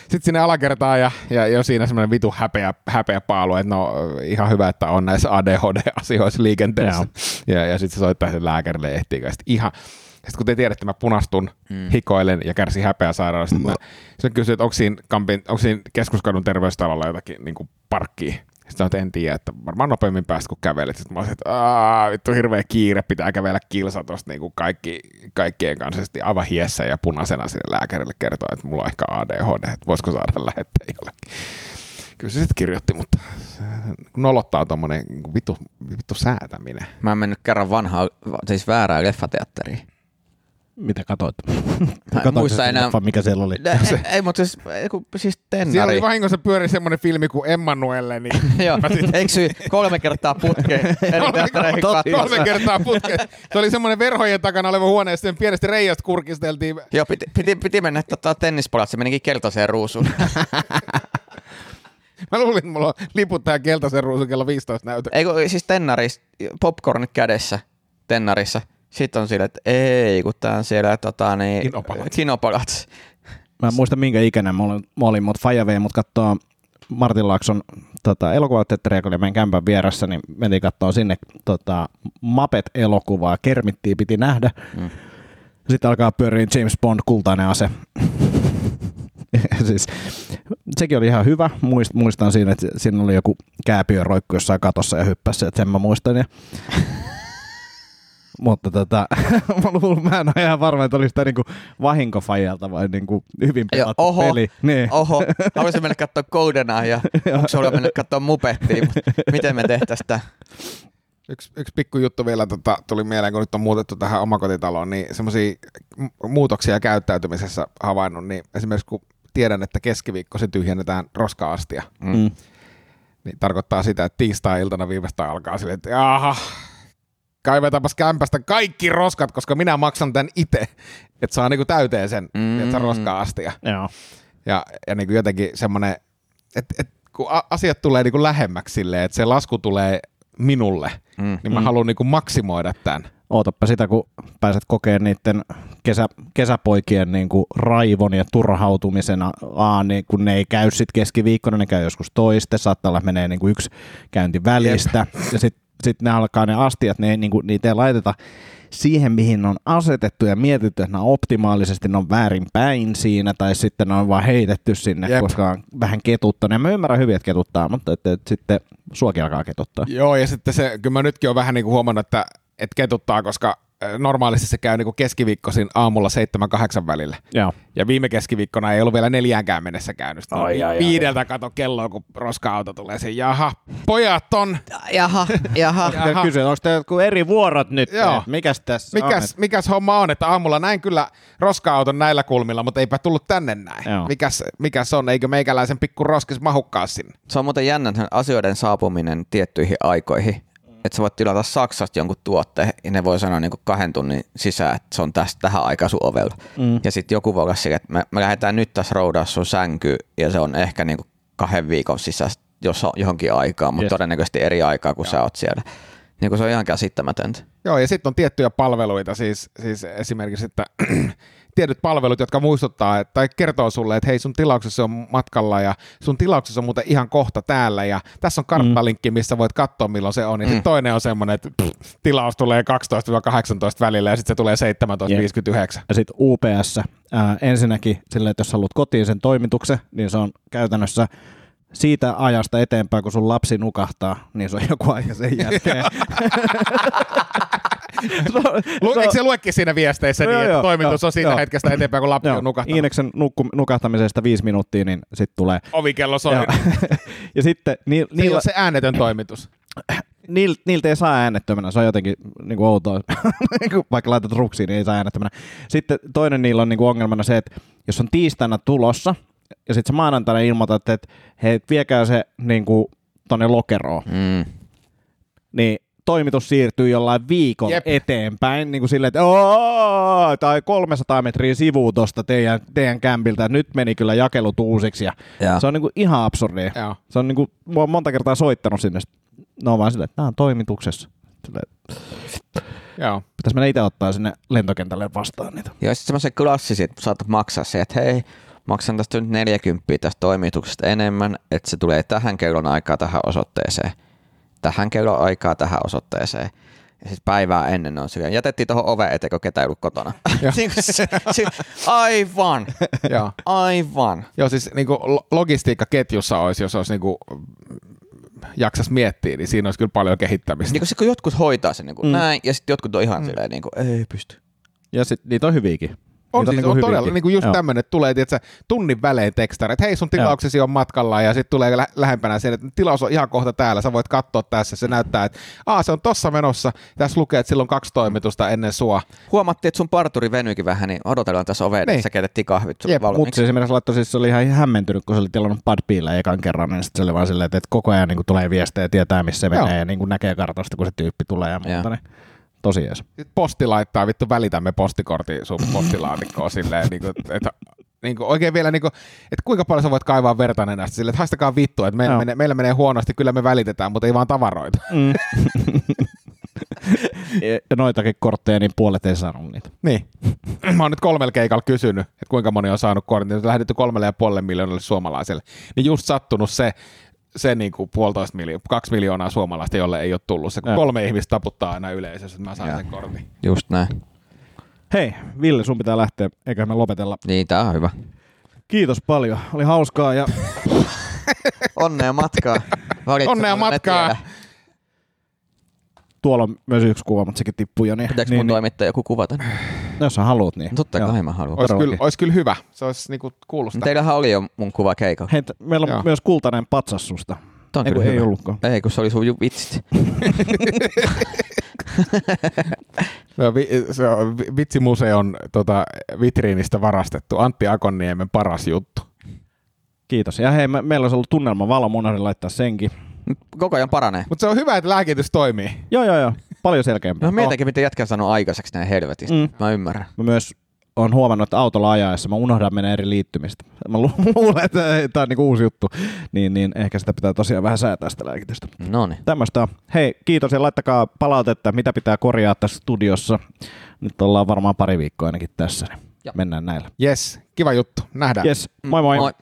sitten sinne alakertaan ja, ja jo siinä semmoinen vitu häpeä, häpeä paalu, että no ihan hyvä, että on näissä ADHD-asioissa liikenteessä. Ja, ja sitten se soittaa sen lääkärille ja ehtiikö. Ja Sitten ihan, sitten kun te tiedätte, että mä punastun, mm. hikoilen ja kärsin häpeä sairaudesta, mä... sitten kysyy, että onko siinä, kampin, onko siinä keskuskadun terveystalolla jotakin niin kuin parkkia. Sitten sanoin, että en tiedä, että varmaan nopeammin päästä kun kävelet. Sitten mä olisin, että aah, vittu hirveä kiire, pitää kävellä kilsa tuosta niin kuin kaikki, kaikkien kanssa. Sitten aivan hiessä ja punaisena sinne lääkärille kertoo, että mulla on ehkä ADHD, että voisiko saada lähetteen jollekin. Kyllä se sitten kirjoitti, mutta se nolottaa tuommoinen vittu, vittu säätäminen.
Mä oon mennyt kerran vanhaa, siis väärää leffateatteriin.
mitä katoit.
Katoitko muista sen enää- leffan,
mikä siellä oli.
Ei, ei mutta siis, ei, kun- siis
Siellä
tennari.
oli vahingossa pyöri semmoinen filmi kuin Emmanuelle, niin
Joo, eikö syy kolme kertaa putkeen eri teattereihin katsoa?
kolme kertaa putkeen. Se oli semmoinen verhojen takana oleva huone, ja sitten pienestä reijasta kurkisteltiin.
Joo, piti, piti, piti mennä tota, tennispalatsi, menikin keltaiseen ruusuun.
Mä luulin, että mulla on liput tähän keltaisen ruusun kello 15 näytö.
Ei kun siis tennaris, popcorn kädessä tennarissa. Sitten on silleen, että ei, kun tää on siellä tota, niin,
Kinopalatsi.
kinopalatsi.
Mä en muista minkä ikäinen mä olin, mä olin mutta Faija vei mut kattoo Martin Laakson tota, elokuvateatteria, kun oli meidän kämpän vieressä, niin mentiin katsoa sinne tota, Mapet-elokuvaa. Kermittiin piti nähdä. Mm. Sitten alkaa pyöriä James Bond, kultainen ase. siis, sekin oli ihan hyvä. Muist, muistan siinä, että siinä oli joku kääpiö roikku jossain katossa ja hyppäsi, että sen mä muistan. Ja... Mutta tota, mä luulen, mä en ole ihan varma, että oliko tämä niinku vahinkofajalta vai niinku hyvin
Ja
pelattu
oho,
peli. Niin.
oho, haluaisin mennä katsoa Goldenaa ja onko olla mennä katsoa Mupettiin, mutta miten me tehtäisiin sitä?
Yksi, yksi pikku juttu vielä tota, tuli mieleen, kun nyt on muutettu tähän omakotitaloon, niin semmoisia muutoksia käyttäytymisessä havainnut, niin esimerkiksi kun tiedän, että keskiviikkoisin tyhjennetään roska-astia,
Mm.
niin tarkoittaa sitä, että tiistai-iltana viimeistään alkaa silleen, että aha, kaivetaanpas kämpästä kaikki roskat, koska minä maksan tämän itse, että saa niinku täyteen sen,
Mm.
mm. että roska-astia.
Joo.
Ja, ja niin kuin jotenkin semmoinen, että et, kun a- asiat tulee niin kuin lähemmäksi silleen, että se lasku tulee minulle,
Mm.
mm. niin mä mm.
Mm.
haluan niin kuin maksimoida tämän.
Ootappa sitä, kun pääset kokeen niiden kesä, kesäpoikien niinku raivon ja turhautumisen. A, niin kun ne ei käy sit keskiviikkona, ne käy joskus toiste. Saattaa olla, että menee niinku yksi käynti välistä. Ja sitten sit ne alkaa ne astiat, ne ei, niinku, niitä ei laiteta siihen, mihin ne on asetettu ja mietitty, että ne on optimaalisesti, ne on väärin päin siinä, tai sitten ne on vaan heitetty sinne, Jep.
Jep.
koska on vähän ketuttanut. Ja mä ymmärrän hyvin, että ketuttaa, mutta että, että sitten suokin alkaa ketuttaa.
Joo, ja sitten se, kyllä mä nytkin olen vähän niin kuin huomannut, että, että ketuttaa, koska äh, normaalisti se käy niin kuin keskiviikkoisin aamulla 7-8 välillä.
Joo.
Ja viime keskiviikkona ei ollut vielä neljäänkään mennessä käynyt. Sitten
Ai,
vi-
ai, ai.
viideltä kato kelloa, kun roska-auto tulee sen. Jaha, pojat on.
Jaha, jaha.
Ja- Jaha.
Kysyä, onko teillä jotkut eri vuorot nyt?
Joo.
Mikäs tässä on?
Mikäs, mikäs homma on, että aamulla näin kyllä roska-auton näillä kulmilla, mutta eipä tullut tänne näin.
Joo.
Mikäs, mikäs on, eikö meikäläisen pikku roskis mahukkaa sinne?
Se on muuten jännä sen asioiden saapuminen tiettyihin aikoihin. Että sä voit tilata Saksasta jonkun tuotteen ja ne voi sanoa niin kahden tunnin sisään, että se on tästä tähän aikaan sun ovella. Mm. Ja sitten joku voi olla sille, että me, me lähdetään nyt tässä roudaa sun sänkyyn ja se on ehkä niin kahden viikon sisässä jos on johonkin aikaan, mutta
Yes.
yes. todennäköisesti eri aikaa kuin sä oot siellä. Niin kuin se on ihan käsittämätöntä.
Joo, ja sitten on tiettyjä palveluita, siis, siis esimerkiksi, että tietyt palvelut, jotka muistuttaa että- tai kertoo sulle, että hei, sun tilauksessa on matkalla ja sun tilauksessa on muuten ihan kohta täällä ja tässä on karttalinkki, missä voit katsoa, milloin se on. Ja sitten
Mm.
toinen on semmoinen, että pff, tilaus tulee 12-18 välillä ja sitten se tulee 17.59.
Ja sitten UPS, ää, ensinnäkin silleen, että jos haluat kotiin sen toimituksen, niin se on käytännössä siitä ajasta eteenpäin, kun sun lapsi nukahtaa, niin se on joku aika sen jälkeen. se on,
Lu, eikö se luekin siinä viesteissä niin,
No. Joo,
että
joo,
toimitus
joo,
on siitä
joo.
hetkestä eteenpäin, kun lapsi
joo,
on nukahtanut?
Iineksen nukku, nukahtamisesta viisi minuuttia, niin sitten tulee.
Ovikello soi.
Ja, ja sitten ni,
Niin
niillä,
on se äänetön toimitus.
niil, niiltä ei saa äänettömänä, se on jotenkin niin kuin outoa, Niinku vaikka laitat ruksiin, niin ei saa äänettömänä. Sitten toinen niillä on niin kuin ongelmana se, että jos on tiistaina tulossa, ja sitten se maanantaina ilmoitat, että hei, viekää se niin kuin, tonne lokeroon,
Mm.
niin toimitus siirtyy jollain viikolla
Jep.
eteenpäin, niin kuin silleen, että "Oo, tai 300 metriä sivuun tuosta teidän, teidän kämpiltä, nyt meni kyllä jakelut uusiksi, ja
Ja.
se on niin kuin ihan absurdia.
Joo.
Se on niinku, mä oon monta kertaa soittanut sinne. sit Ne on vaan silleen, että nää on toimituksessa. Silleen,
Joo.
pitäis mennä itse ottaa sinne lentokentälle vastaan niitä.
Ja sitten semmoisen klassiset, että saatat maksaa se, että hei, maksan tästä nyt 40 tästä toimituksesta enemmän, että se tulee tähän kellon aikaa tähän osoitteeseen. Tähän kellon aikaa tähän osoitteeseen. Ja sitten päivää ennen ne on syönyt. Jätettiin tuohon oven eteen, kun ketä ei ollut kotona. Niin kuin se- se- aivan,
Joo.
aivan.
Joo, siis niin kuin logistiikkaketjussa olisi, jos olisi niin kuin, jaksas miettiä, niin siinä olisi kyllä paljon kehittämistä.
Niin kun, se, kun jotkut hoitaa sen niin kuin
Mm.
mm. näin, ja sitten jotkut on ihan mm. silleen, niin kuin, ei pysty.
Ja sit niitä on hyviäkin.
On,
niitä
siis,
niinku
on
hyviäkin.
todella niin kuin just
Joo.
tämmöinen, että tulee tiiätkö, tunnin välein tekstari, että hei sun tilauksesi on matkalla ja sitten tulee lä- lähempänä sen, että tilaus on ihan kohta täällä, sä voit katsoa tässä, se näyttää, että Aa, se on tossa menossa, tässä lukee, että silloin kaksi toimitusta ennen sua.
Huomattiin, että sun parturi venyikin vähän, niin odotellaan tässä oveen,
Niin.
että sä keitettiin kahvit sun
Jep,
Mutta
valmiiksi.
se esimerkiksi laittoi, siis se oli ihan hämmentynyt, kun se oli tilannut padpiillä ekan kerran, niin sitten se oli vaan silleen, että että koko ajan niin tulee viestejä ja tietää, missä se
Joo.
menee, ja niin näkee kartasta, kun se tyyppi tulee ja muuta.
Joo.
Niin. Tosi jees.
Sitten posti laittaa, vittu välitämme postikortin sun postilaatikkoon silleen, niin kuin, että niin kuin oikein vielä, niin kuin, että kuinka paljon sä voit kaivaa verta nenästä silleen, että haistakaa vittua, että meillä,
Joo.
menee, meillä menee huonosti, kyllä me välitetään, mutta ei vaan tavaroita.
Mm. ja noitakin kortteja, niin puolet ei saanut niitä.
Niin. Mä oon nyt kolmella keikalla kysynyt, että kuinka moni on saanut kortin. Se lähetetty kolmelle ja puolelle miljoonalle suomalaiselle. Niin just sattunut se, se niin kuin puolitoista miljoonaa, kaksi miljoonaa suomalaista, jolle ei ole tullut se, kun
Joo.
kolme ihmistä taputtaa aina yleisössä, että mä saan sen kortin.
Just näin.
Hei, Ville, sun pitää lähteä, eiköhän me lopetella
Niin, tää on hyvä.
Kiitos paljon. Oli hauskaa ja
Onnea matkaa. Valitse
Onnea
mulle ne
matkaa.
tiedä.
tuolla on myös yksi kuva, mutta sekin tippui jo. Niin,
Pitääkö mun
niin, niin,
toimittaa joku kuvata?
jos sä haluat, niin.
Totta
Joo.
kai mä haluan.
Olisi
Todellakin.
kyllä, ois kyllä hyvä. Se olisi niinku kuulosta.
Teillähän oli jo mun kuva keikalla.
Hei, t- meillä on
Joo.
myös kultainen patsas susta.
Tää on
Ei, kun
kyllä
ei
hyvä.
ollutkaan.
Ei, kun se oli sun ju- vitsit.
Se on, No, vi, se on vi- vitsimuseon tota, vitriinistä varastettu. Antti Akonniemen paras juttu.
Kiitos. Ja hei, me, meillä olisi ollut tunnelma valo, mun unohdin laittaa senkin.
Nyt Koko ajan paranee.
Mutta se on hyvä, että lääkitys toimii.
Joo, joo, joo. Paljon selkeämpää.
Mä mietinkin, miten No, jätkä sanoo aikaiseksi näin helvetistä.
no. Mm.
Mä ymmärrän.
Mä myös on huomannut, että autolla ajaessa mä unohdan mennä eri liittymistä. Mä lu- luulen, että tämä on niinku uusi juttu. Niin, niin ehkä sitä pitää tosiaan vähän säätää sitä lääkitystä.
No niin.
Tämmöistä on. Hei, kiitos ja laittakaa palautetta, mitä pitää korjaa tässä studiossa. Nyt ollaan varmaan pari viikkoa ainakin tässä, niin
Joo.
mennään näillä.
Yes, kiva juttu. Nähdään.
Yes, moi moi.
Moi.